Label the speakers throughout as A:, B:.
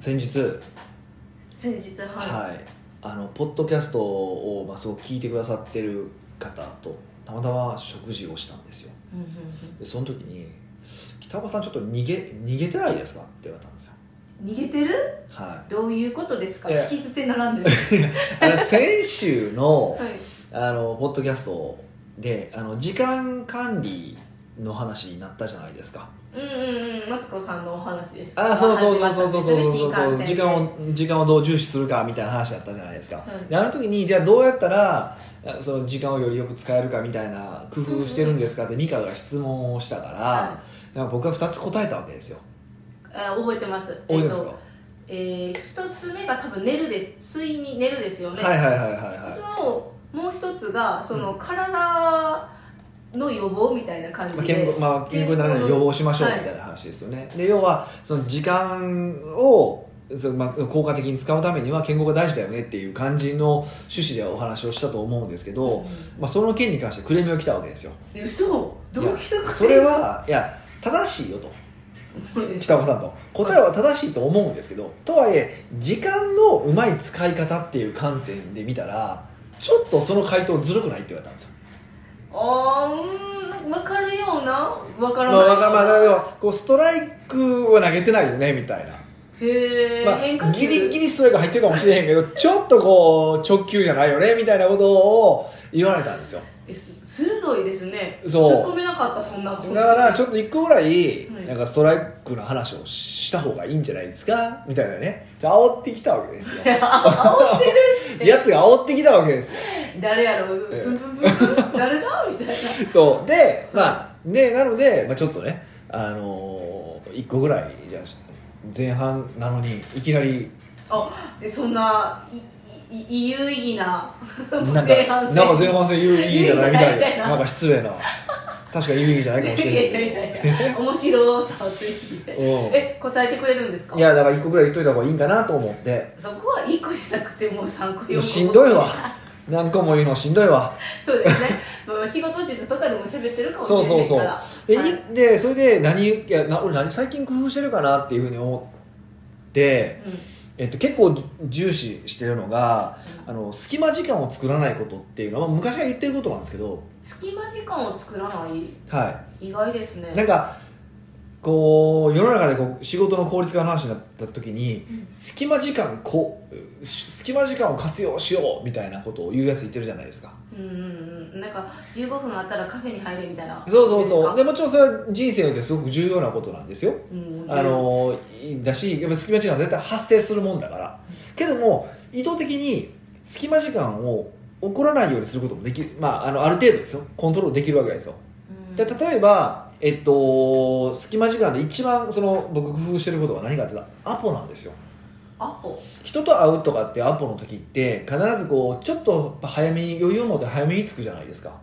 A: 先日、
B: 先日
A: はい、
B: は
A: あのポッドキャストを、まあ、すごく聞いてくださってる方とたまたま食事をしたんですよ
B: い、うんうん
A: でその時に「北岡さんちょっと逃げ逃げてないですか?」って言われたんですよ
B: うん、逃げてる
A: は
B: どういうことですか
A: いや
B: 聞き捨てならんで る
A: いあの先週の
B: はい
A: あのポッドキャストであの時間管理の話になったじゃないですか
B: うんうんうんマツコさんのお話です
A: あそうそうそうそうそうそうそうそう
B: 新幹線で
A: 時間を時間をどう重視するかみたいな話だったじゃないですか、
B: はい
A: であの時にじゃあどうやったらあその時間をよりよく使えるかみたいな工夫してるんですかって美香が質問をしたから,、
B: は
A: なんか僕は2つ答えたわけですよ
B: あ覚えてます
A: 覚えてますか、
B: えーとえー一つ目が多分寝るです睡眠寝るですよね、
A: はいはいはいはい
B: あ
A: は
B: ともう一つがその体の予防みたいな感
A: い、
B: じ
A: まあ、
B: で、
A: 健康まあ健康になるのに予防しましょうみたいな話ですよね、で要はその時間をそのまあ、効果的に使うためには健康が大事だよねっていう感じの趣旨でお話をしたと思うんですけど、まあ、その件に関してクレームが来たわけですよ
B: うん嘘どういうこと
A: それはいや正しいよと北岡さんと答えは正しいと思うんですけど、とはいえ時間のうまい使い方っていう観点で見たらちょっとその回答ずるくないって言われたんですよ
B: あーうん分かるような分から
A: まあ
B: ない
A: まあまあだけどこうストライクは投げてないよねみたいな、
B: へえ、変
A: まあ、
B: 化球
A: ギリギリストライク入ってるかもしれへんけどちょっとこう直球じゃないよねみたいなことを言われたんですよ
B: えす鋭いですね
A: そう
B: 突っ込めなかったそんなこと
A: だからちょっと一個ぐらい
B: はい
A: なんかストライクの話をした方がいいんじゃないですかみたいなねじゃあ煽ってきたわけですよ
B: 煽ってるって
A: やつが煽ってきたわけですよ
B: 誰やろプ
A: ええ
B: ンプンプンプン誰だみたいな
A: そうでまあでなので、まあ、ちょっとねあのー、一個ぐらいじゃあ前半なのにいきなり
B: あえそんないいい有意義な
A: なん
B: 前
A: か
B: 半
A: なん
B: 戦
A: か前半戦有意義じゃないみたい
B: 有意義じゃないみたい
A: な
B: な
A: なんか失礼な確か有意義じゃないかもし
B: いや
A: れ
B: い
A: な
B: や
A: い
B: い
A: けど
B: やいや面白さを追求して
A: うん
B: え答えてくれるんですか
A: いやだから一個ぐらい言っといた方がいいんかなと思って
B: そこは1個じゃなくてもう3
A: も
B: 個4個
A: うしんどいわ何個も言うのしんどいわ
B: そうですね、 まあ、仕事術とかでも喋ってるかもしれ
A: そ
B: な
A: う
B: いか
A: そ
B: ら
A: うそうで,い、
B: はい
A: でそれで何いやな俺何最近工夫してるかなっていうふうに思って、えっと、結構重視してるのがあの隙間時間を作らないことっていうのは、まあ、昔から言ってることなんですけど、
B: うん隙間時間を作らない
A: は
B: 意外ですね
A: い、なんかこう世の中でこう仕事の効率化の話になった時に
B: うん
A: 隙間時間こうし隙間時間を活用しようみたいなことを言うやつ言ってるじゃないですか
B: うんうんうんなんか15分あったらカフェに入れみたいな
A: そうそうそうで
B: で
A: もちろんそれは人生においてすごく重要なことなんですよ
B: すかうん
A: あのだしやっぱ隙間時間は絶対発生するもんだからけども意図的に隙間時間を起こらないようにすることもできる、まあ、あのある程度ですよコントロールできるわけですよ
B: うん
A: で例えば、えっと、隙間時間で一番その僕工夫してることは何かっていうとアポなんですよ
B: アポ
A: 人と会うとかってアポの時って必ずこうちょっと早めに余裕を持って早めに着くじゃないですか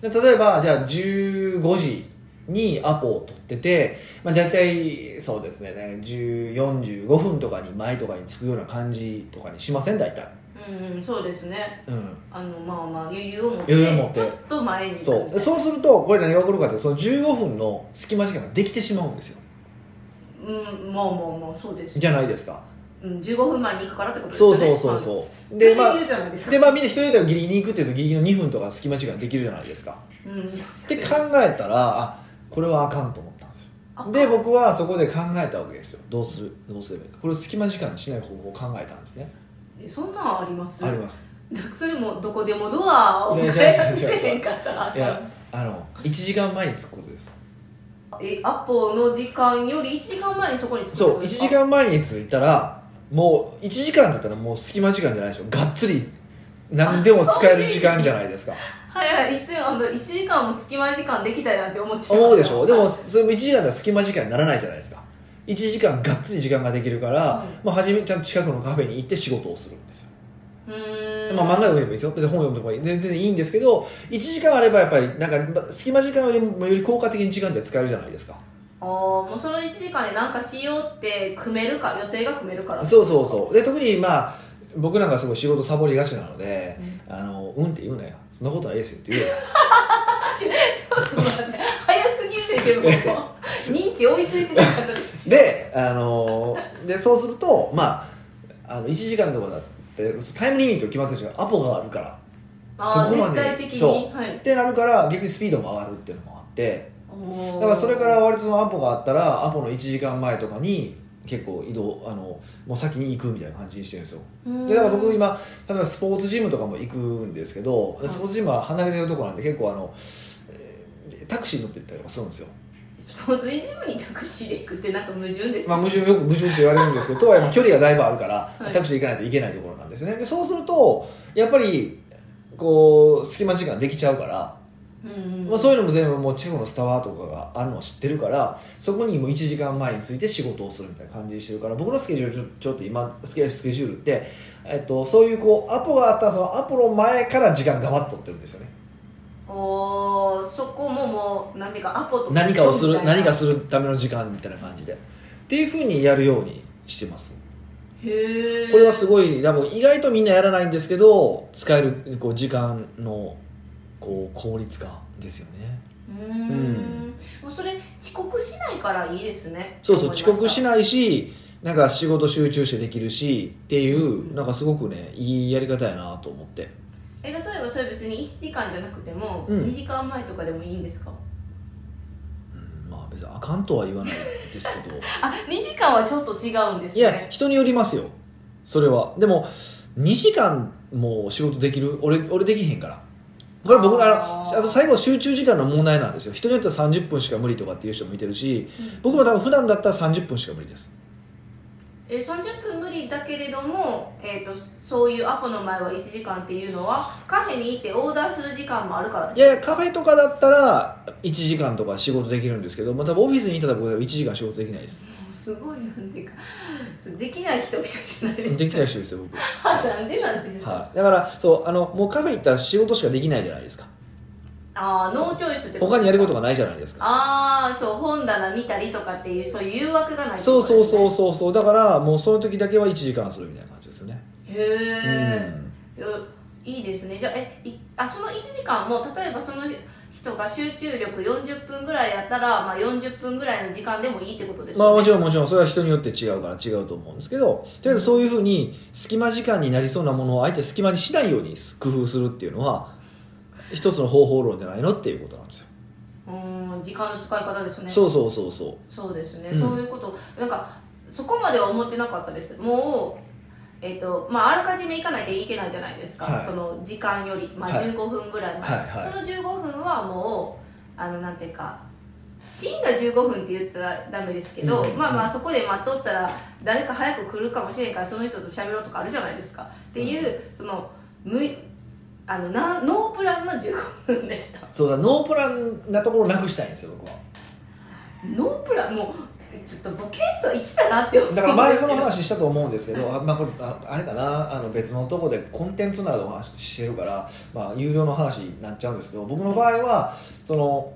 A: で例えばじゃあ15時にアポを取ってて、まあ、大体そうですねね10 45分とかに前とかに着くような感じとかにしません大体、
B: うんうんそうですね
A: うん、
B: あのまあまあ余裕を持って
A: 余裕を持って
B: ちょっと前に行く
A: そうでそうするとこれ何が起こるかってその15分の隙間時間ができてしまうんですよ
B: うんまあまあまあそうです
A: じゃないですか
B: うん、15分前に行くからってことですか
A: そう
B: ね
A: そうそう
B: う
A: そう
B: で
A: で
B: ま
A: ま
B: あ
A: あ
B: 言うじゃないですか
A: でまあみんな一人ではギリギリに行くっていうとギリギリの2分とか隙間時間できるじゃないですか
B: うん
A: って考えたらあこれはあかんと思ったんですよ
B: あ
A: で僕はそこで考えたわけですよどうするどうすればいいかこれを隙間時間にしない方法を考えたんですね
B: えそんなんあります
A: あります
B: なんかそれもどこでもドアを
A: い
B: 変
A: や
B: え
A: 違う違う
B: させへんかったらあ
A: い
B: か
A: や
B: ん
A: あの1時間前に着くことです
B: えアポの時間より1時間前にそこに着くって
A: そ
B: こと
A: う1
B: です
A: 時
B: か
A: 間前に着いたらもう1時間だったらもう隙間時間じゃないでしょがっつり何でも使える時間じゃないですか
B: はいはい一応あの1時間も隙間時間できたいなって思っちゃいま
A: 思うでしょでも
B: はい
A: それも1時間では隙間時間にならないじゃないですか1時間がっつり時間ができるから、
B: う
A: まあ、はじめちゃんと近くのカフェに行って仕事をするんですよ
B: うーん
A: まあ、漫画読めばいいですよ別に本読むとか全然いいんですけど1時間あればやっぱりなんか隙間時間よりもより効果的に時間って使えるじゃないですか
B: あーもうその1時間で何かしようって組めるか予定が組めるから
A: そう そうそうで特にまあ僕なんかすごい仕事サボりがちなので「あのうん」って言うなよ「そんなことないですよ」って言うよ
B: ちょっと待っ て早すぎるでしょ僕も認知追いついてなかったです
A: であのでそうするとまああの1時間とかだってタイムリミット決まってるんですけどアポがあるから
B: ああ
A: そこま
B: 絶
A: で
B: 対的に
A: そう
B: はい
A: ってなるから逆にスピードも上がるっていうのもあって
B: だ
A: だからそれから割とそのアポがあったらアポの1時間前とかに結構移動あのもう先に行くみたいな感じにしてるんですよでだから僕今例えばスポーツジムとかも行くんですけど
B: い
A: スポーツジムは離れてるとこなんで結構あのえータクシー乗って行ったりとかするんですよ、
B: スポーツイジムにタクシーで行くってなんか矛盾です、
A: まあ、矛盾よく矛盾って言われるんですけどとはいえもう距離がだいぶあるから
B: はい
A: タクシーで行かないといけないところなんですねでそうするとやっぱりこう隙間時間できちゃうから、
B: うんうん
A: まあ、そういうのも全部もう地方のスタワーとかがあるのを知ってるからそこにもう1時間前について仕事をするみたいな感じにしてるから僕のスケジュールちょちょっと今スケスケジュールって、えっと、そういうこうアポがあったらそのアポの前から時間がわっと取ってるんですよね
B: おーそこももうなんていうかアポと
A: 何かをす
B: み
A: る
B: たいな
A: 何かするための時間みたいな感じでっていうふうにやるようにしてます
B: へえ
A: これはすごい多分意外とみんなやらないんですけど使えるこう時間のこう効率化ですよね
B: うーん
A: うん
B: もうそれ遅刻しないからいいですね
A: そうそう遅刻し
B: ない
A: ないしなんか仕事集中してできるしってい
B: うん
A: うなんかすごくねいいやり方やなと思って
B: え例えばそれ別に1時間じゃなくても、
A: うん
B: 2時間前とかでもいいんですか
A: うんまあ別にあかんとは言わないですけど
B: あ2時間はちょっと違うんです
A: い
B: ね
A: や人によりますよそれはでも2時間も仕事できる俺俺できへんからこれ僕ら
B: あ
A: あ
B: ー
A: のあと最後集中時間の問題なんですよ人によっては30分しか無理とかっていう人もいてるし
B: うん
A: 僕も多分普段だったら30分しか無理です
B: え30分無理だけれども、えー、とそういうアポの前は1時間っていうのはカフェに行ってオーダーする時間もあるからです
A: いやいやカフェとかだったら1時間とか仕事できるんですけど、まあ、多分オフィスにいたら僕は1時間仕事できないです
B: すごいなんていうかそうできない人じゃないです か
A: できない人ですよ僕、
B: あなんでなんですか、
A: はい、だからそうあのもうカフェ行ったら仕事しかできないじゃないですか
B: ああノーチョイスって
A: 他にやること
B: が
A: がないじゃないですか
B: ああそう本棚見たりとかっていうそういう誘惑がないって
A: そ
B: こ
A: う
B: と
A: そうそう
B: ですね
A: そうそうだからもうその時だけは1時間するみたいな感じですよね、うん
B: へえ、いやいいですねじゃあえいあその1時間も例えばその人が集中力40分ぐらいやったら、まあ、40分ぐらいの時間でもいいってことですよ
A: まあ
B: ね、
A: もちろんもちろんそれは人によって違うから違うと思うんですけどとりあえずそういうふうに隙間時間になりそうなものをあえて隙間にしないように工夫するっていうのは一つの方法論じゃないのっていうことなんですよ、
B: うーん時間の使い方ですね
A: そうそうそうそう
B: そうですね、
A: うん
B: そういうことなんかそこまでは思ってなかったですもうえっとまあ、あらかじめ行かなきゃいけないじゃないですか、
A: はい
B: その時間より、まあ、
A: はい
B: 15分ぐらい前、
A: はいはい
B: その15分はもうあのなんていうか死んだ15分って言ったらダメですけど、
A: うん
B: まあまあそこで待っとったら誰か早く来るかもしれんからその人と喋ろうとかあるじゃないですかっていう、その無いあのなノープランの15分でした
A: そうだノープランなところをなくしたいんですよ僕は
B: ノープランもうちょっとボケっと生きたなって思う
A: だから前その話したと思うんですけど、
B: は
A: あまあ、これああれかなあの別のとこでコンテンツなどの話してるから、まあ、有料の話になっちゃうんですけど僕の場合はその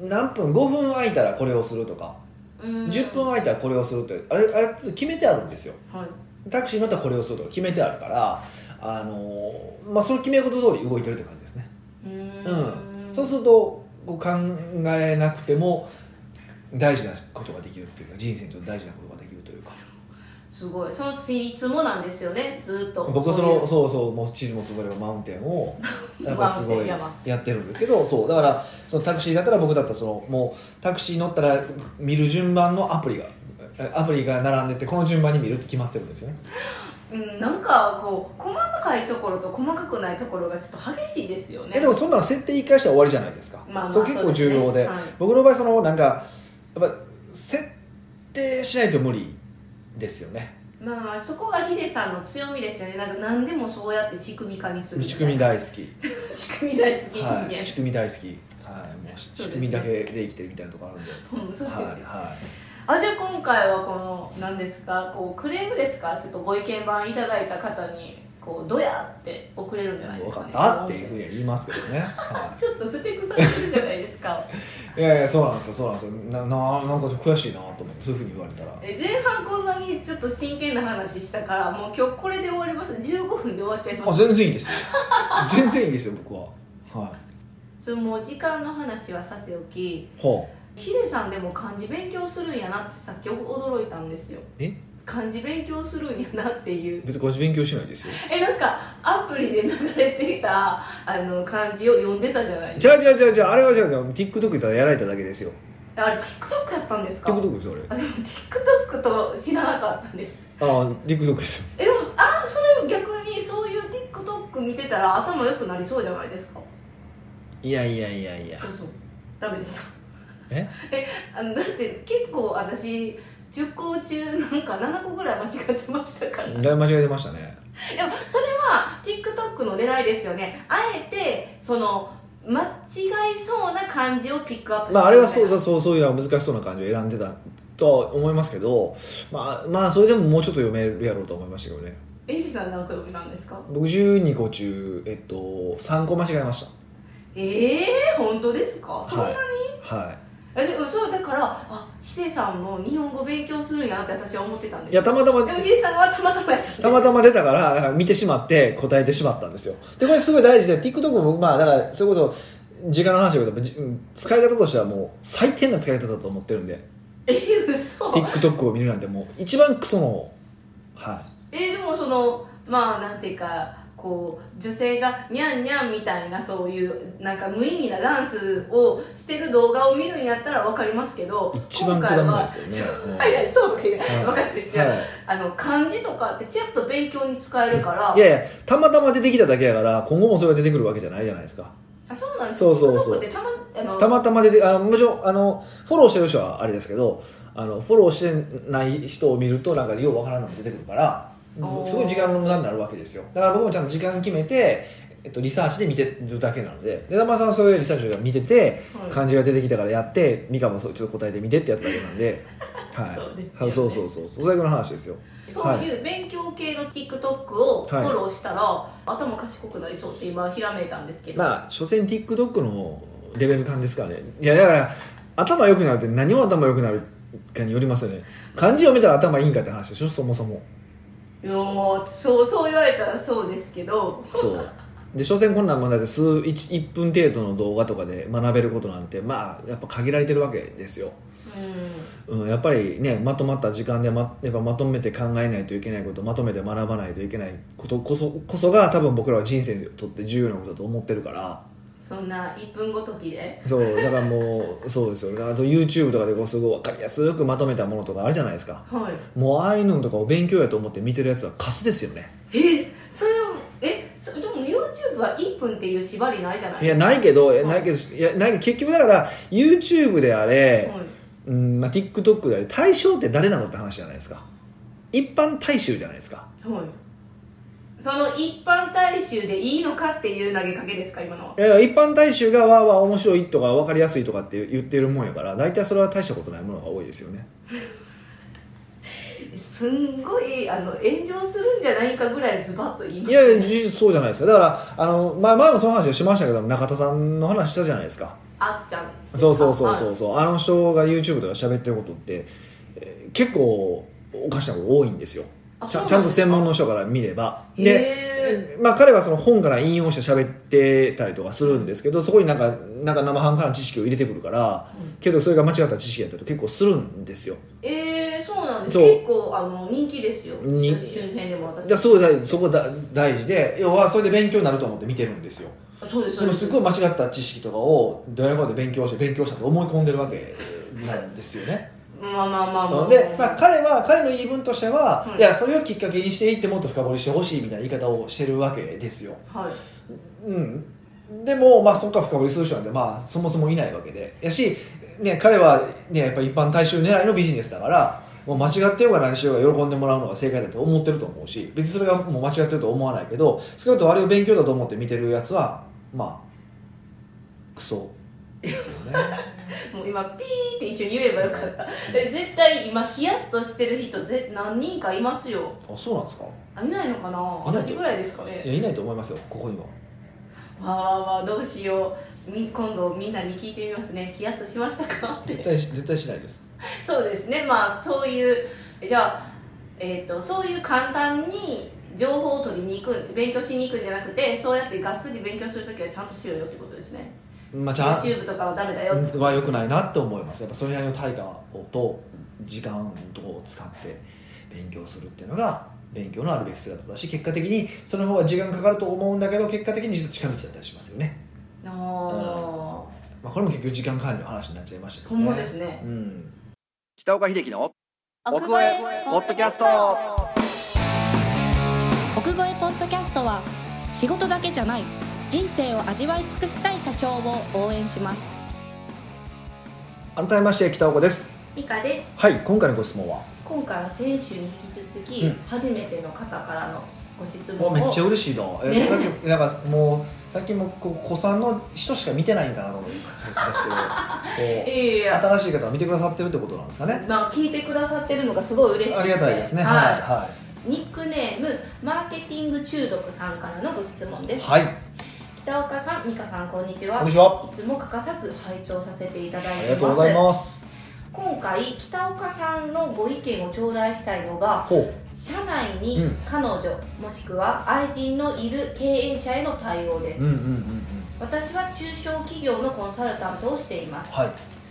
A: 何分5分空いたらこれをするとか、
B: うん
A: 10分空いたらこれをするってあれあれって決めてあるんですよ
B: はい
A: タクシー乗ったらこれをするとか決めてあるからあの、まあ、その決め事通り動いてるって感じですね
B: う
A: う
B: ーん
A: そうするとこう考えなくても大事なことができるっていうか人生にとって大事なことができるというか
B: すごいそのツイーツもなんですよねずーっと
A: 僕はそ
B: そうい
A: の
B: う
A: そうそうもうチルもつぼればマウンテン をやっぱすご
B: マウンテ
A: い
B: ン山
A: やってるんですけどそうだからそのタクシーだったら僕だったらそのもうタクシー乗ったら見る順番のアプリがえアプリが並んでてこの順番に見るって決まってるんですよね
B: うん、なんかこう細かいところと細かくないところがちょっと激しいですよね
A: えでもそんなん設定一回したら終わりじゃないですか、
B: まあまあ
A: そう結構重要で、
B: そうですねはい
A: 僕の場合そのなんかやっぱ設定しないと無理ですよね
B: まあまあそこがヒデさんの強みですよねなんか何でもそうやって仕組み化にする
A: 仕組み大好き
B: 仕組み大好き人間、
A: はい、仕組み大好き、はい、もうし
B: そうですね
A: 仕組みだけで生きてるみたいなところあるんで、
B: うんそうですよ、
A: はいは
B: あじゃあ今回はこの何ですかこうクレームですかちょっとご意見番いただいた方にこうどやって送れるんじゃない
A: い、
B: で
A: 分
B: す
A: か
B: か、
A: っ
B: ね、
A: たっていうふうには言いますけどね、は
B: ちょっとふてくされてるじゃないですか
A: い、いやいやそうなんですよそうなんですよなななんか悔しいなと思ってそういうふうに言われたら
B: え前半こんなにちょっと真剣な話したからもう今日これで終わります15分で終わっちゃいま
A: あ
B: す
A: 全然いいですよ 全然いいですよ僕はは
B: それもう時間の話はさておき
A: いは
B: ヒデさんでも漢字勉強するんやなってさっき驚いたんですよ
A: え
B: 漢字勉強するんやなっていう
A: 別に漢字勉強しないですよ
B: えなんかアプリで流れてきたあの漢字を読んでたじゃない
A: じゃあじゃあじゃあじゃああれはじゃあ TikTok でやられただけですよ
B: あれ TikTok やったんですか
A: TikTok ですよあれ
B: あでも TikTok と知らなかったんです
A: ああ TikTok ですよ
B: えでもあそれ逆にそういう TikTok 見てたら頭良くなりそうじゃないですか
A: いやいやいやいや
B: 嘘ダメでした
A: え
B: えあのだって結構私10校中なんか7個ぐらい間違ってましたからでも
A: だいぶ間違えてましたね
B: それは TikTok の狙いですよねあえてその間違いそうな感じをピックアップして
A: まああれはそう
B: みた
A: そ
B: い
A: そ
B: う
A: うそういうのは難しそうな感じを選んでたとは思いますけどまあまあそれでももうちょっと読めるやろうと思いましたけどね
B: なエリさん何個読みなんですか
A: 僕12個中えっと3個間違えまし
B: ええ本当ですかそんなに、
A: たはい
B: えでもそうだからあヒデさんも日本語勉強するんやなって私は思ってたんです
A: いやたまたま
B: でもヒデさんはたまたまやって
A: たまたま出たからなんか見てしまって答えてしまったんですよでこれすごい大事で TikTok も僕まあだからそういうこと時間の話だけどじうん使い方としてはもう最低な使い方だと思ってるんで
B: え嘘
A: TikTok を見るなんてもう一番クソのは
B: えでもそのまあなんていうかこう女性がニャンニャンみたいなそういうなんか無意味なダンスをしてる動画を見るんやったらわかりますけど
A: い一番
B: 今
A: く
B: 回
A: だ
B: は
A: らないですよねうん
B: はいはいそうかい
A: はい
B: わかるんですよ、
A: はい
B: あの漢字とかってちらっと勉強に使えるから
A: いやいやたまたま出てきただけやから今後もそれが出てくるわけじゃないじゃないですか
B: あそうなんです
A: そうそうそう
B: TikTok ってたまあの
A: たまたま出てあのもちろんあのフォローしてる人はあれですけどあのフォローしてない人を見るとなんかようわからんのが出てくるから
B: おー
A: すごい時間の無駄になるわけですよだから僕もちゃんと時間決めて、えっと、リサーチで見てるだけなのでで玉さんはそういうリサーチを見てて、
B: はい
A: 漢字が出てきたからやって美香もそうちょっと答えてみてってやっただけなん で、はい、
B: そうですよね
A: はいそうそうそうそうそれぐらいの話ですよ
B: そういう勉強系の TikTok をフォローしたら、頭賢くなりそうって今ひらめいたんですけど、
A: まあ所詮 TikTok のレベル感ですからねいやだから頭良くなるって何を頭良くなるかによりますよね漢字読めたら頭いいんかって話でしょそもそも
B: もうそうそう言われたらそうですけど
A: そうで所詮こんなんまだって数 1, 1分程度の動画とかで学べることなんてまあやっぱ限られてるわけですよ、
B: うん
A: うん、やっぱりねまとまった時間でまやっぱまとめて考えないといけないことまとめて学ばないといけないことこそこそが多分僕らは人生にとって重要なことだと思ってるから
B: そんな1分ごときで
A: そうだからもうそうですよねあと YouTube とかでこうすごい分かりやすくまとめたものとかあるじゃないですか
B: はい
A: もうああいうのとかを勉強やと思って見てるやつはカスですよね
B: えそれをえそでも YouTube は1分っていう縛りないじゃない
A: い
B: で
A: や
B: すか
A: ないけど、いや
B: うん
A: ないけどいやないけど結局だから YouTube であれ、
B: はい
A: うんまあ、TikTok であれ対象って誰なのって話じゃないですか一般大衆じゃないですか
B: はいその一般大衆でいいのかっていう投げかけですか今のはい
A: やいや一般大衆がわーわー面白いとか分かりやすいとかって言ってるもんやから大体それは大したことないものが多いですよね
B: すんごいあの炎上するんじゃないかぐらいズバッと言いま
A: い
B: す
A: や
B: ね
A: いやじそうじゃないですかだからあの、まあ、前もその話をしましたけど中田さんの話したじゃないですか
B: あっちゃん
A: そうそうそうそううそうあの人が YouTube とか喋ってることって、えー結構おかしなこと多いんですよ
B: あ
A: ちゃ
B: そうなんですか
A: ちゃんと専門の人から見ればで、
B: へ
A: まあ、彼はその本から引用して喋ってたりとかするんですけどそこになんかなんか生半可な知識を入れてくるから
B: うん
A: けどそれが間違った知識やったりと結構するんですよ
B: えー、そうなんです
A: そう
B: 結構あの人気ですよ
A: 人
B: 周
A: 気
B: 周辺でも私
A: じゃあすごい大事そこだ大事で要はそれで勉強になると思って見てるんですよ
B: そうです
A: で
B: そう
A: も
B: ですす
A: っごい間違った知識とかをどうやらこうで勉強して勉強したと思い込んでるわけなんですよね
B: まあまあまあまあ
A: で、まあ、彼は彼の言い分としては、
B: はい
A: いやそれをきっかけにしていってもっと深掘りしてほしいみたいな言い方をしてるわけですよ、
B: はい
A: うん、でも、まあ、そこから深掘りする人なんて、まあ、そもそもいないわけでやし、ね、彼は、ね、やっぱ一般大衆狙いのビジネスだからもう間違ってようが何しようが喜んでもらうのが正解だと思ってると思うし別にそれがもう間違ってるとは思わないけど少なくともあれを勉強だと思って見てるやつはまあクソですよね
B: もう今ピーって一緒に言えばよかったえ絶対今ヒヤッとしてる人ぜ何人かいますよ
A: あそうなんですか
B: あいないのかない
A: ない
B: 私ぐらいですか
A: い
B: ね
A: やいないと思いますよここには
B: わあわあわあどうしようみ今度みんなに聞いてみますねヒヤッとしましたかって
A: 絶対し絶対しないです
B: そうですねまあそういうじゃあ、えー、とそういう簡単に情報を取りに行く勉強しに行くんじゃなくてそうやってがっつり勉強するときはちゃんとしろよってことですね
A: まあ、ちゃん
B: YouTube とかはダメだよって
A: は良くないなって思いますやっぱそれなりの対価をと時間を使って勉強するっていうのが勉強のあるべき姿だし結果的にその方が時間かかると思うんだけど結果的に実は近道だったりしますよね、
B: あ
A: まあ、これも結局時間管理の話になっちゃいました
B: あ
A: け
B: ほ
A: ど、
B: ん
A: ね、
B: まですね
A: うん、北岡秀樹の
C: 奥越えポッドキャスト奥越えポッドキャストは仕事だけじゃない人生を味わい尽くしたい社長を応援します
A: 改めまして北岡です
B: ミカです
A: はい今回のご質問は
B: 今回は先週に引き続き、
A: うん
B: 初めての方からのご質問
A: わ
B: を
A: めっちゃ嬉しいな、え
B: ね
A: さっきなんかもう最近もこう子さんの人しか見てないんかなと思ってたんです けどこ
B: いやいうや
A: 新しい方は見てくださってるってことなんですかね
B: まあ、聞いてくださってるのがすごい嬉しい
A: ありがたいですね
B: はい、
A: は
B: ニックネームマーケティング中毒さんからのご質問
A: い
B: です、
A: はい、はい、
B: 北岡さん美香さんこんにち
A: こ
B: は
A: んにちはい
B: つも欠かさず拝聴させていただいてます
A: ありがとうございます
B: 今回北岡さんのご意見を頂戴したいのが
A: ほう
B: 社内に
A: うん
B: 彼女、もしくは愛人のいる経営者への対応です、
A: うんうんうんうん
B: 私は中小企業のコンサルタントをしています
A: はい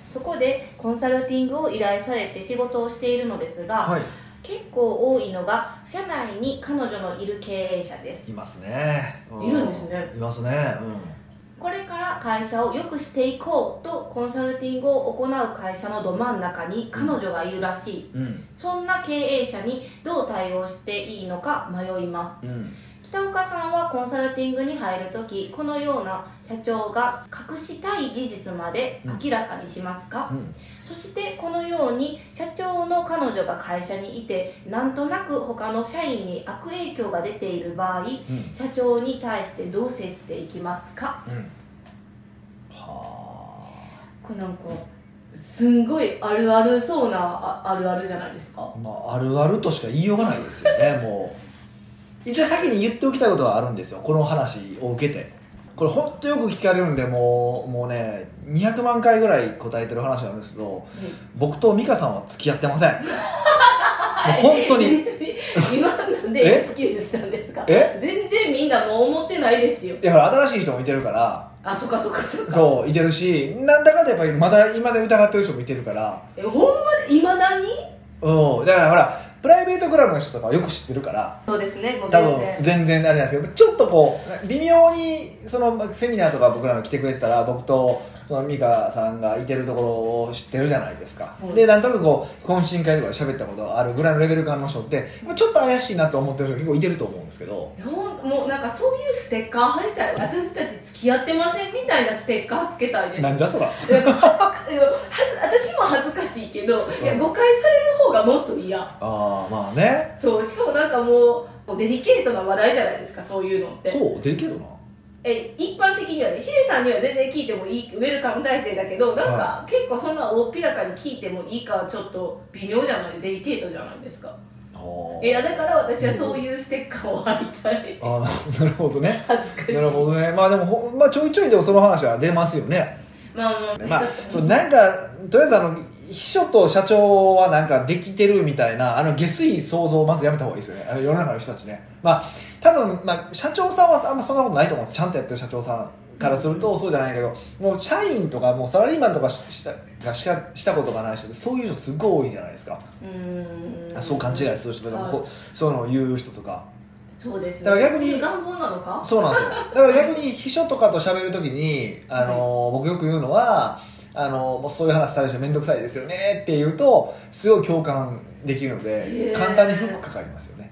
B: そこでコンサルティングを依頼されて仕事をしているのですが、
A: はい
B: 結構多いのが社内に彼女のいる経営者です
A: いますねう
B: いるんですね
A: いますねう
B: これから会社を良くしていこうとコンサルティングを行う会社のど真ん中に彼女がいるらしい
A: んうん
B: そんな経営者にどう対応していいのか迷います
A: うん
B: 北岡さんはコンサルティングに入るときこのような社長が隠したい事実まで明らかにしますか、
A: うん
B: そしてこのように社長の彼女が会社にいてなんとなく他の社員に悪影響が出ている場合
A: うん
B: 社長に対してどう接していきますか
A: うんは
B: これなんかすんごいあるあるそうなああるあるじゃないですか
A: あまああるあるとしか言いようがないですよ ねもう一応先に言っておきたいことはあるんですよこの話を受けてこれほんとよく聞かれるんでもうもうね200万回ぐらい答えてる話なんですけど僕と美香さんは付き合ってませんもう本当に
B: 今なん
A: え
B: でエクスキューズしたんですか
A: え
B: 全然みんなもう思ってないですよ
A: いやほら新しい人もいてるから
B: あそっかそっかそっか
A: そういてるしなんだかんだやっぱりまだ今で疑ってる人もいてるから
B: えほんまいまだに
A: うんだからほらプライベートクラブの人とかはよく知ってるから
B: そうですねご
A: 多
B: 全
A: 分
B: 然
A: 全然あれなんですけどちょっとこう微妙にそのセミナーとか僕らの来てくれてたら僕とその美香さんがいてるところを知ってるじゃないですか、
B: うん
A: でなんとなくこう懇親会とかで喋ったことあるぐらいのレベル感の人ってまあちょっと怪しいなと思ってる人結構いてると思うんですけど
B: ほんもうなんかそういうステッカー貼りたい私たち付き合ってませんみたいなステッカーつけたいです
A: なんじゃそら
B: なんか恥ずかいやはず私も恥ずかしいけど、いや誤解される方がもっと嫌
A: ああまあね
B: そうしかもなんかもうもうデリケートな話題じゃないですかそういうのって
A: そうできるな
B: え一般的にはねヒデさんには全然聞いてもいいウェルカム体制だけどなんか結構そんな大っぴらかに聞いてもいいかはちょっと微妙じゃないデリケートじゃないですか
A: あー
B: いやだから私はそういうステッカーを貼り たい
A: あーなるほどね
B: 恥ずかしい
A: なるほどねまあでもほん、まあ、ちょいちょいでもその話は出ますよね
B: まあまあ
A: まあそうなんかとりあえずあの秘書と社長はなんかできてるみたいなあの下水想像をまずやめた方がいいですよねあの世の中の人たちねまあ多分、まあ、社長さんはあんまそんなことないと思うんですちゃんとやってる社長さんからするとそうじゃないけどもう社員とかもうサラリーマンとかししたがしかしたことがない人ってそういう人すごい多いじゃないですか、
B: うーん
A: そう勘違いする人とかもこう、
B: は
A: そういうのを言う人とか
B: そうですね
A: だから逆に
B: そういう願望なのか
A: そうなんですよだから逆に秘書とかと喋るときに、あの僕よく言うのはあのもうそういう話される人面倒くさいですよねって言うとすごい共感できるので
B: へー
A: 簡単にフックかかりますよ ね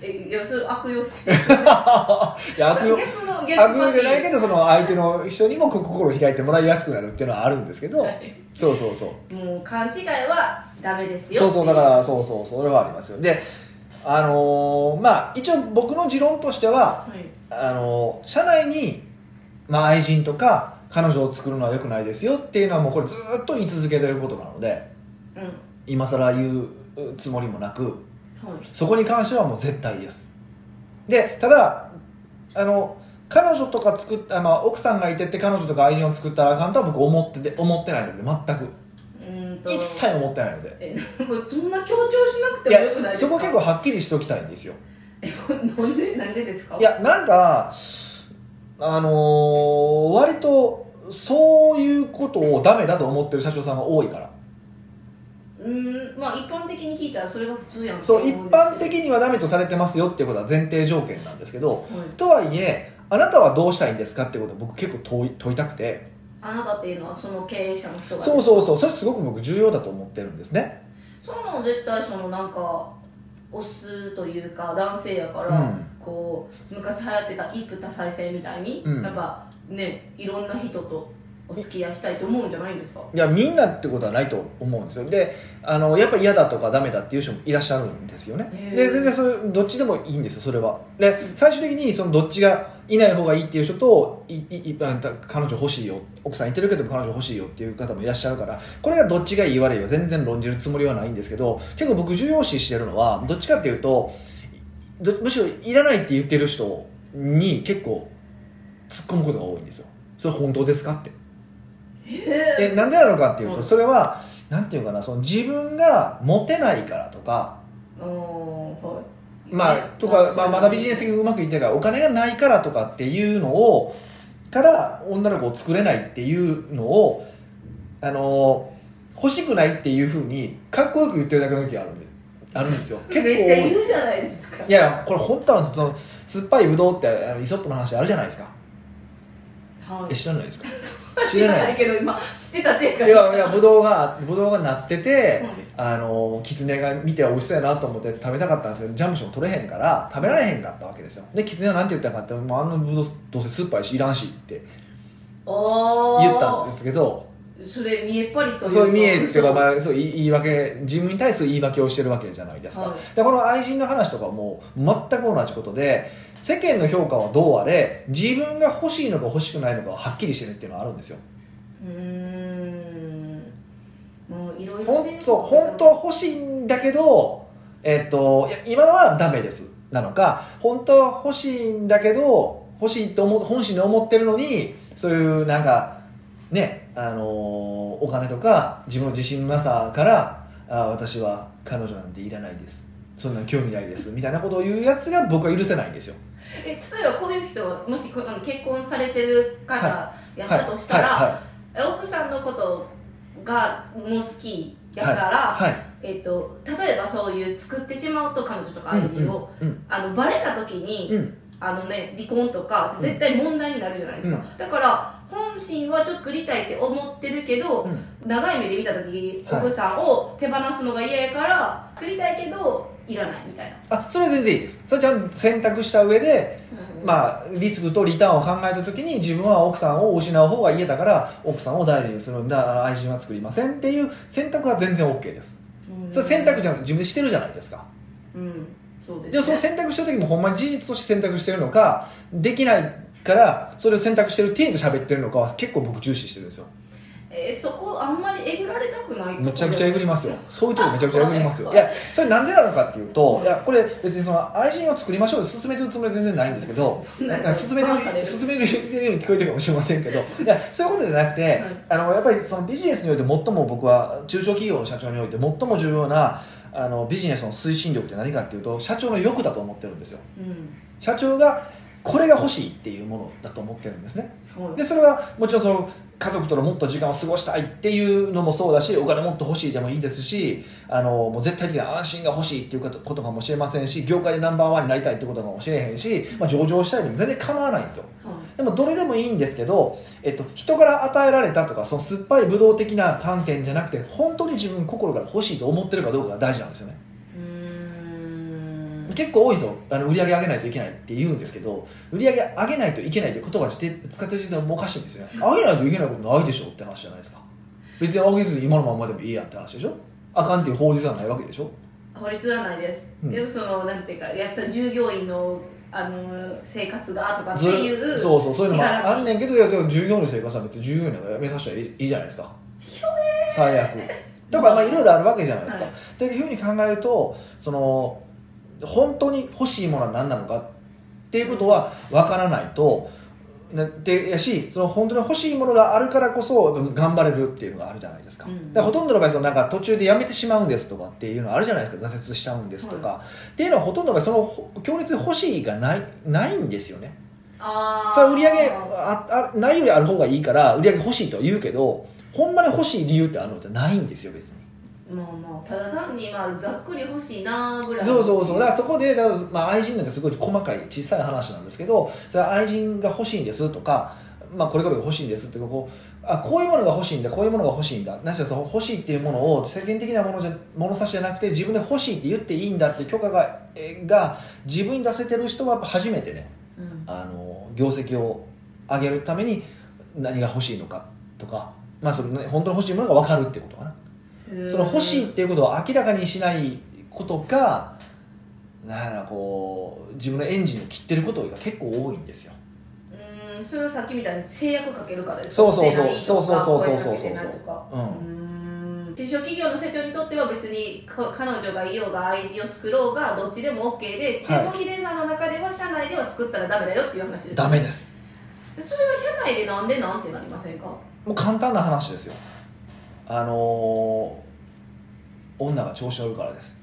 B: えいやそれ悪用してる
A: いや悪用
B: 逆の逆
A: 悪用じゃないけ
B: ど
A: どその相手の人にも心を開いてもらいやすくなるっていうのはあるんですけど、
B: はい
A: そうそうそう
B: もう勘違いはダメですよ
A: そうそうだからそうそうそれはありますよであのーまあ一応僕の持論としては
B: はい
A: あの社内に、まあ、愛人とか彼女を作るのは良くないですよっていうのはもうこれずっと言い続けてることなので
B: うんはい
A: 今更言うつもりもなくそこに関してはもう絶対ですでただあの彼女とか作った、まあ、奥さんがいてって彼女とか愛人を作ったらあかんとは僕思ってて思ってないので全く
B: うーんと
A: 一切思ってないので
B: え もうそんな強調しなくて
A: い
B: もよくない
A: や
B: ですか
A: そこ結構はっきりしておきたいんですよ
B: 構なんでなんでですか
A: いやなんかあのー割とそういうことをダメだと思ってる社長さんが多いから
B: うーんまあ一般的に聞いたらそれが普通やんって
A: そう
B: 思
A: 一
B: んですけど
A: 般的にはダメとされてますよっていうことは前提条件なんですけど
B: はい
A: とはいえあなたはどうしたいんですかってことを僕結構問い問いたくて
B: あなたっていうのはその経営者の人が
A: そうそうそうそれすごく僕重要だと思ってるんですね
B: そんなの絶対そのなんかオスというか男性やから、
A: うん
B: こう昔流行ってた一夫多妻制みたいに、
A: うん
B: やっぱねいろんな人とお付き合いしたいと思うんじゃないんですか
A: いやみんなってことはないと思うんですよであのやっぱ嫌だとかダメだっていう人もいらっしゃるんですよね
B: へー
A: で全然それどっちでもいいんですよそれはで最終的にそのどっちがいない方がいいっていう人といいいあんた彼女欲しいよ奥さんいてるけど彼女欲しいよっていう方もいらっしゃるからこれがどっちがいい悪いは全然論じるつもりはないんですけど結構僕重要視してるのはどっちかっていうとどむしろいらないって言ってる人に結構突っ込むことが多いんですよそれ本当ですかって
B: へ
A: えなんでなのかっていう
B: う
A: と
B: ん
A: それはなんていうかなその自分がモテないからとか
B: ーはい
A: まあとか、まあ、まだビジネス的にうまくいってないからお金がないからとかっていうのをから女の子を作れないっていうのをあの欲しくないっていうふうにかっこよく言ってるだけの時あるんですあるんですよ
B: め
A: 結
B: っ
A: 構
B: ちゃ
A: 多い
B: 言うじゃないですか
A: いやこれ本当はその酸っぱいブドウってあのイソップの話あるじゃないですか
B: は
A: え
B: い
A: 知らないですか
B: 知らないけど今知ってた手が
A: いやいやブドウがブドウがなってて
B: うん、
A: あのキツネが見て美味しそうやなと思って食べたかったんですけどジャムション取れへんから食べられへんかったわけですよでキツネはなんて言ったかってもうあのブドウどうせ酸っぱいしいらんしって
B: あー
A: 言ったんですけど
B: それ見えっぱりというか
A: そういう見えっていうか、
B: は
A: まあ、そう言い言い訳自分に対する言い訳をしてるわけじゃないですか、
B: はい
A: でこの愛人の話とかも全く同じことで世間の評価はどうあれ自分が欲しいのか欲しくないのかははっきりしてるっていうのはあるんですよ
B: うーんもういろいろ
A: 本当本当は欲しいんだけど、えっといや今はダメですなのか本当は欲しいんだけど欲しいと思う本心で思ってるのにそういうなんかねあのーお金とか自分の自信なさからあ私は彼女なんていらないですそんな興味ないですみたいなことを言うやつが僕は許せないんですよ
B: え例えばこういう人はもしこあの結婚されてる方
A: は
B: やったとしたら、
A: はい
B: え奥さんのことがもう好きや
A: は
B: か
A: い
B: ら、
A: はい、はい
B: えっと例えばそういう作ってしまうと彼女とか相手を、
A: うんうん
B: あのバレた時に、
A: うん
B: あのね、離婚とか絶対問題になるじゃないですか、だから本心はちょっとりたいって思ってるけど、
A: うん
B: 長い目で見た時
A: はい
B: 奥さんを手放すのが嫌やから作りたいけどいらないみたいな、
A: あそれは全然いいですそれちゃんと選択した上で
B: あ
A: まあ、リスクとリターンを考えた時に自分は奥さんを失う方が嫌だから奥さんを大事にするんだから愛人は作りませんっていう選択は全然 OK ですそれ選択じゃん自分でしてるじゃないですか
B: うんそうです、
A: じゃあその選択してる時もほんまに事実として選択してるのかできないからそれを選択してる程度喋ってるのかは結構僕重視してるんですよ
B: えーそこあんまりえぐられたくない
A: むちゃくちゃえぐります よそういうとこめちゃくちゃえぐりますよ
B: はい
A: やそれなんでなのかっていうといやこれ別にその愛人を作りましょう進めてるつもりは全然ないんですけど
B: そんな
A: なん
B: の
A: か進め
B: バンされ
A: る
B: る
A: 進めるように聞こえてるかもしれません けどいやそういうことじゃなくて、
B: い
A: あのやっぱりそのビジネスにおいて最も僕は中小企業の社長において最も重要なあのビジネスの推進力って何かっていうと社長の欲だと思ってるんですよ
B: うん
A: 社長がこれが欲しいっていうものだと思ってるんですね
B: はい
A: でそれはもちろんその家族とのもっと時間を過ごしたいっていうのもそうだしお金もっと欲しいでもいいですしあのもう絶対的な安心が欲しいっていうことことかもしれませんし業界でナンバーワンになりたいってことかもしれへんし、まあ、上場したいでも全然構わないんですよ
B: は
A: でもどれでもいいんですけど、えっと、人から与えられたとかその酸っぱいブドウ的な観点じゃなくて本当に自分心から欲しいと思ってるかどうかが大事なんですよね
B: いうーん
A: 結構多いぞあの売り上げ上げないといけないって言うんですけど売り上げ上げないといけないって言葉して使ってる時点でもうおかしいんですよね上げないといけないことないでしょって話じゃないですか別に上げずに今のままでもいいやって話でしょあかんっていう法律はないわけでしょ
B: 法律はないです、
A: うん
B: でもそのなんていうかやった従業員のあの生活がとかって
A: ず
B: いう
A: そうそうそういうのも
B: しがらみ
A: あんねんけどいやでも従業員の生活は別に従業員なんかやめさせたらいいいいじゃないですか最悪とかまあいろいろあるわけじゃないですか、
B: はい
A: というふうに考えるとその本当に欲しいものは何なのかっていうことは分からないとなでやしその本当に欲しいものがあるからこそ頑張れるっていうのがあるじゃないですか,、
B: うん
A: ほとんどの場合そのなんか途中でやめてしまうんですとかっていうのはあるじゃないですか挫折しちゃうんですとか、っていうのはほとんどの場合そのほ強烈に欲しいがないないんですよね
B: あー
A: それは売り上げああないよりある方がいいから売り上げ欲しいとは言うけどほんまに欲しい理由ってあるのってないんですよ別に
B: まあまあただ単にまあざっくり欲しいなぐらい
A: そうそうそうだからそこでだからまあ、愛人なんてすごい細かい小さい話なんですけどそれは愛人が欲しいんですとか、まあ、これから欲しいんですってこうあこういうものが欲しいんだこういうものが欲しいんだなしはその欲しいっていうものを世間的なものじゃ物差しじゃなくて自分で欲しいって言っていいんだっていう許可がえが自分に出せてる人はやっぱ初めてね
B: うん
A: あの業績を上げるために何が欲しいのかとか、まあ、その本当に欲しいものが分かるってことかな。
B: へー
A: その欲しいっていうことを明らかにしないことがなんかこう自分のエンジンを切ってることが結構多いんですよ
B: うんそれはさっきみたいに制約かけるからです
A: そうそうそう
B: 出ないとか
A: そうそうそう
B: 声かけて
A: そうそうそう
B: ないとか
A: うん
B: うん中小企業の社長にとっては別にか彼女がいようが愛人を作ろうがどっちでも OK で、
A: はい
B: でもヒデさんの中では社内では作ったらダメだよっていう話です
A: ダメです
B: それは社内でなんでなんてなりませんか
A: もう簡単な話ですよあのー女が調子乗るからです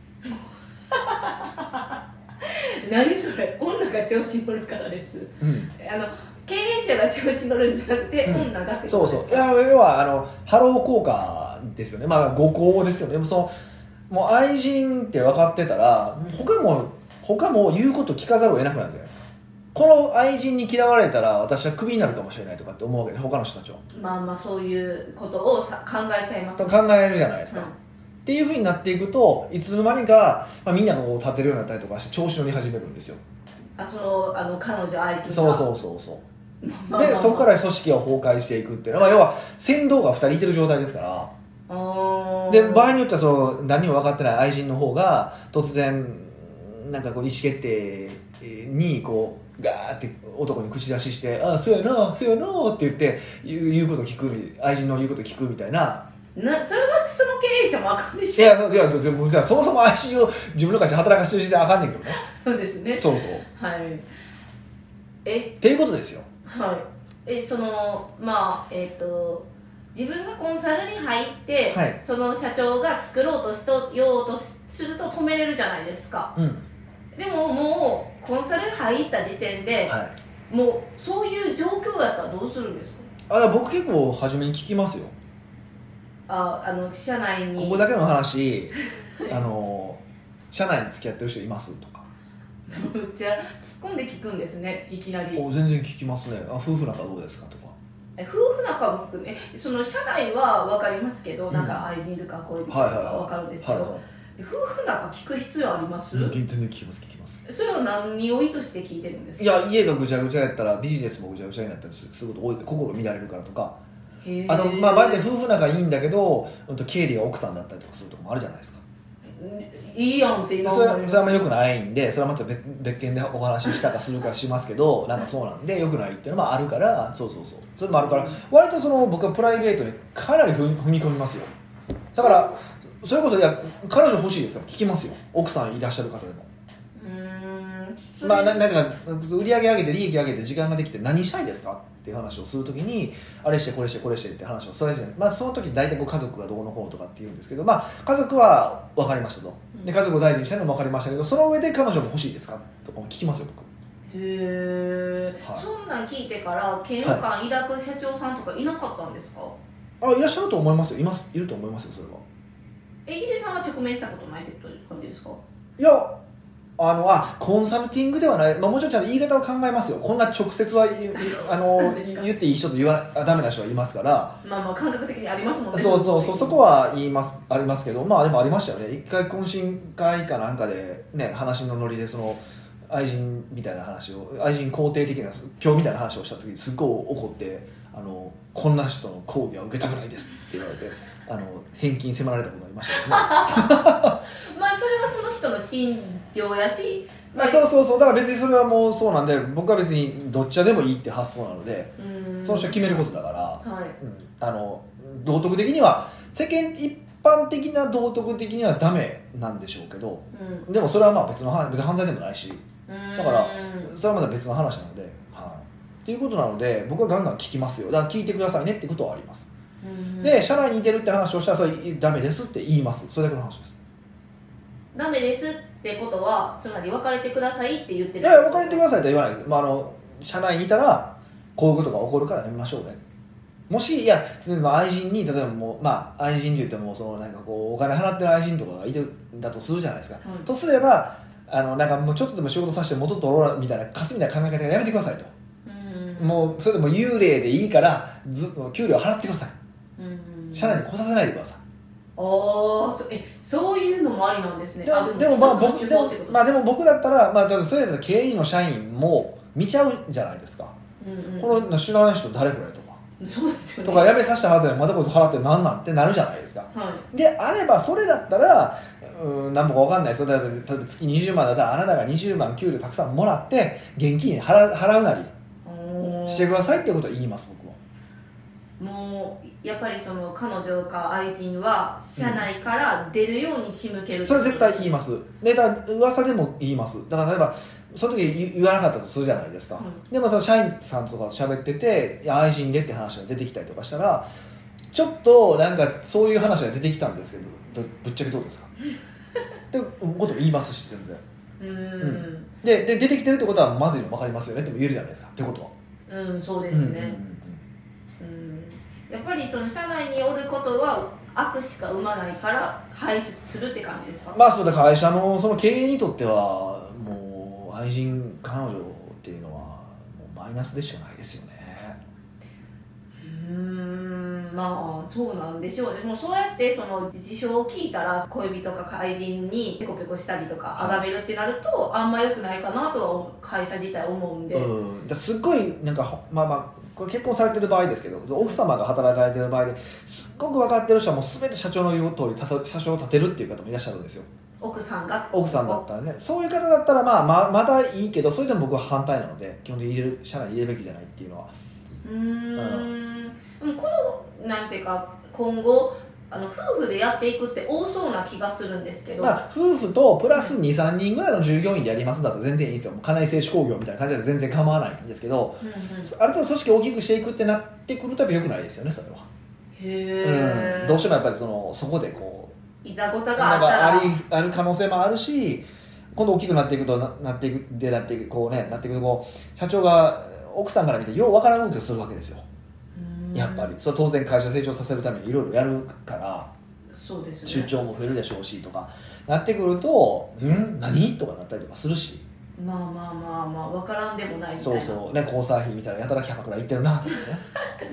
B: 何それ女が調子乗るからです
A: うん
B: あの経営者が調子乗るんじゃなくて、
A: うん
B: 女がって
A: そうそういや要はあのハロー効果ですよねまあ誤行ですよねでもそのもう愛人って分かってたら他も他も言うこと聞かざるを得なくなるじゃないですかこの愛人に嫌われたら私はクビになるかもしれないとかって思うわけで他の人たちは
B: まあまあそういうことをさ考えちゃいま
A: と
B: す
A: 考えるじゃないですか、
B: うん
A: っていうふうになっていくといつの間にか、まあ、みんながこう立てるようになったりとかして調子乗り始めるんですよ
B: あそのあの彼女愛人が
A: そうそうそうそう
B: まあまあまあ
A: でそこから組織が崩壊していくっていうのは、まあ、要は船頭が2人いてる状態ですから
B: う
A: で
B: ーん
A: 場合によってはその何も分かってない愛人の方が突然なんかこう意思決定にこうガーって男に口出しして「ああそうやなそうやな」って言って言う言うこと聞く愛人の言うこと聞くみたいな
B: なそれはその経営者もあかんで
A: い
B: しょ
A: やいやでもじゃあそもそも愛人を自分の会社で働かせてる時点であかんねんけどね
B: そうですね
A: そうそうっ
B: はいえ
A: ていうことですよ
B: はいえそのまあえっ、と自分がコンサルに入って、
A: はい
B: その社長が作ろうとしとようとしすると止めれるじゃないですか
A: うん
B: でももうコンサル入った時点で、
A: はい
B: もうそういう状況やったらどうするんですか
A: あだから僕結構初めに聞きますよ
B: ああの社内に
A: ここだけの話あの社内に付き合ってる人いますとか
B: じゃあ突っ込んで聞くんですねいきなり
A: お全然聞きますねあ夫婦仲どうですかとか
B: え夫婦仲も含めその社内は分かりますけど、
A: うん
B: なんか愛人いるか恋人いるか
A: はいはいはい
B: 分かるんですけど、
A: はい
B: 夫婦仲聞く必要あります、
A: うん全然聞きます聞きます
B: それを何を意図して聞いてるんですか
A: いや家がぐちゃぐちゃやったらビジネスもぐちゃぐちゃになったりすすること多いって心乱れるからとか
B: へー
A: あとまあ場合によって夫婦仲いいんだけどうんと経理が奥さんだったりとかするとこもあるじゃないですか
B: いいやんって今
A: そ
B: 思
A: れ
B: い
A: は
B: まし
A: それはあ
B: た
A: んま良くないんでそれはまた別別件でお話ししたかするかしますけどなんかそうなんで良くないっていうのもあるからそうそうそうそれもあるから割とその僕はプライベートにかなり踏み踏み込みますよだからそれこそいや彼女欲しいですから聞きますよ奥さんいらっしゃる方でも
B: うーんそれ
A: まあななんていうか売り上げ上げて利益上げて時間ができて何したいですかっていう話をするときにあれしてこれしてこれしてって話をされるじゃないまあその時大体ご家族がどうのこうとかって言うんですけどまあ家族は分かりましたとで家族を大事にしたいのも分かりましたけどその上で彼女も欲しいですかとかも聞きますよ僕
B: へえ、
A: はい
B: そんなん聞いてから嫌悪感抱く社長さんとかいなかったんですか、
A: あいらっしゃると思いますよいますいると思いますよそれは
B: えヒデさんは直面したことないってこと感じですか
A: いやあのあコンサルティングではない、まあ、もちろんちゃんと言い方を考えますよこんな直接はいい あの言っていい人と言わなダメな人はいますから
B: まあまあ感覚的にありますもんね
A: そうそうそうそこは言いますありますけどまあでもありましたよね一回懇親会かなんかでね話のノリでその愛人みたいな話を愛人肯定的な今日みたいな話をした時にすっごい怒ってあのこんな人の抗議は受けたくないですって言われてあの返金迫られたことありましたけどね
B: まあそれはその人の心情やし
A: まあそうそうそうだから別にそれはもうそうなんで僕は別にどっちでもいいって発想なので
B: うーん
A: その人決めることだから
B: はい
A: うんあの道徳的には世間一般的な道徳的にはダメなんでしょうけど
B: うん
A: でもそれはまあ別の話別に犯罪でもないし
B: だ
A: だからそれはまた別の話なので、はい、っていうことなので僕はガンガン聞きますよだから聞いてくださいねってことはあります、で社内にいてるって話をしたらそれダメですって言いますそれだけの話です
B: ダメですってことはつまり別れてくださいって言って
A: い
B: る
A: やいや別れてくださいとは言わないです、まあ、あの社内にいたらこういうことが起こるからやめましょうねもしいや例えば愛人に例えばもうまあ愛人って言ってもそのなんかこうお金払ってる愛人とかがいるんだとするじゃないですか、
B: うん
A: とすればあのなんかもうちょっとでも仕事させて元取ろうみたいなかすみたいな考え方やめてくださいと、
B: うん
A: もうそれでも幽霊でいいからず給料払ってください
B: うん
A: 社内に来させないでください、
B: ああそえそういうのもありなんですね
A: で
B: あ
A: もでもまあ
B: 一つの
A: 僕
B: 手
A: で
B: 法
A: も
B: ってこと
A: まあでも僕だったらまあ例えばそういうの経営の社員も見ちゃうじゃないですか、
B: うんうん
A: この知らない人誰これとか
B: そうですよね
A: とかやめさせたはずやのにまたこいつ払ってなんなんってなるじゃないですか
B: はい
A: であればそれだったらうん何もか分かんないですよ例えば例えば月20万だったらあなたが20万給料たくさんもらって現金払払うなり
B: おー
A: してくださいってことは言います僕は
B: もうやっぱりその彼女か愛人は社内から出るように仕向ける
A: それは絶対言いますでだから噂でも言いますだから例えばその時言言わなかったとするじゃないですか、
B: うん
A: でまた社員さんとかと喋ってていや愛人でって話が出てきたりとかしたらちょっとなんかそういう話が出てきたんですけどどぶっちゃけどうです かってことも言いますし全然
B: うーん
A: んでで出てきてるってことはまずいの分かりますよねっても言えるじゃないですかってことは
B: うん、そうですね、
A: う
B: うんやっぱりその社内におることは悪しか生まないから排出するって感じですか、
A: んまあそうだから会社のその経営にとってはもう愛人彼女っていうのはもうマイナスでしかないですよね
B: うーんまあそうなんでしょうでもそうやってその事象を聞いたら恋人か愛人にペコペコしたりとかあがめるってなるとあんま良くないかなとは会社自体思うんで、
A: うん、だからすっごいなんかほまあまあこれ結婚されてる場合ですけど奥様が働かれてる場合ですっごく分かってる人はもう全て社長の言う通りたと社長を立てるっていう方もいらっしゃるんですよ
B: 奥さんが
A: 奥さんだったらねそういう方だったらまあまあまだいいけどそれでも僕は反対なので基本的に入れる社内に入れるべきじゃないっていうのは
B: うーんでもこのなんていうか今後あの夫婦でやっていくって多そうな気がするんですけど、
A: まあ、夫婦とプラス23人ぐらいの従業員でやりますんだったら全然いいんですよもう家内製紙工業みたいな感じで全然構わないんですけど
B: うんうん、へ
A: ある程度組織を大きくしていくってなってくるとやっぱ良くないですよねそれは、
B: え、
A: うん、どうしてもやっぱりそのそこでこう
B: いざござが
A: な
B: あ
A: ん
B: った
A: からありある可能性もあるし今度大きくなっていくとななっていくでなっていくこうねなっていくとこう社長が奥さんから見てようわからん動きをするわけですよ
B: うん
A: やっぱりそれは当然会社成長させるためにいろいろやるから
B: そうですね
A: 出張も増えるでしょうしとかなってくると「ん何?」とかなったりとかするし
B: まあまあまあまあわからんでもないみたい
A: そう
B: な
A: そうね交際費みたいなやたらキャバクラ行ってる なとかね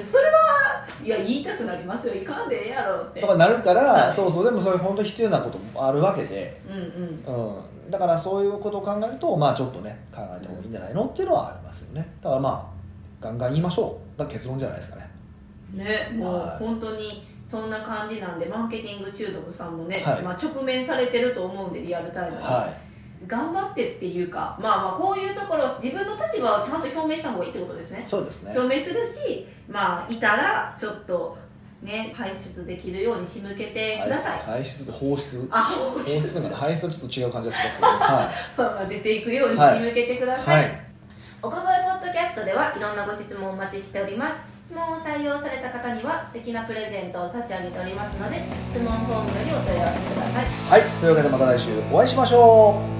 B: それはいや言いたくなりますよいかんでええやろって
A: とかなるから、
B: はい
A: そうそうでもそれ本当必要なこともあるわけで、
B: うんうん
A: うん、だからそういうことを考えるとまあちょっとね考えた方がいいんじゃないのっていうのはありますよねだからまあガンガン言いましょうが結論じゃないですかね
B: ねもう
A: はい
B: 本当にそんな感じなんでマーケティング中毒さんもね、
A: はい
B: まあ、直面されてると思うんでリアルタイムに、
A: はい
B: 頑張ってっていうかまあまあこういうところ自分の立場をちゃんと表明した方がいいってことですね
A: そうですね
B: 表明するしまあいたらちょっとね排出できるように仕向けてください、
A: 排出と放出
B: あ
A: 放
B: 放出
A: 出なんか排出はちょっと違う感じがしますけどは
B: まあまあ出ていくように仕
A: はい
B: 向けてくだ
A: い、
B: さい、
A: はい、
B: 奥越ポッドキャストではいろんなご質問をお待ちしております質問を採用された方には素敵なプレゼントを差し上げておりますので質問フォームよりお問い合わせください
A: はい、というわけでまた来週お会いしましょう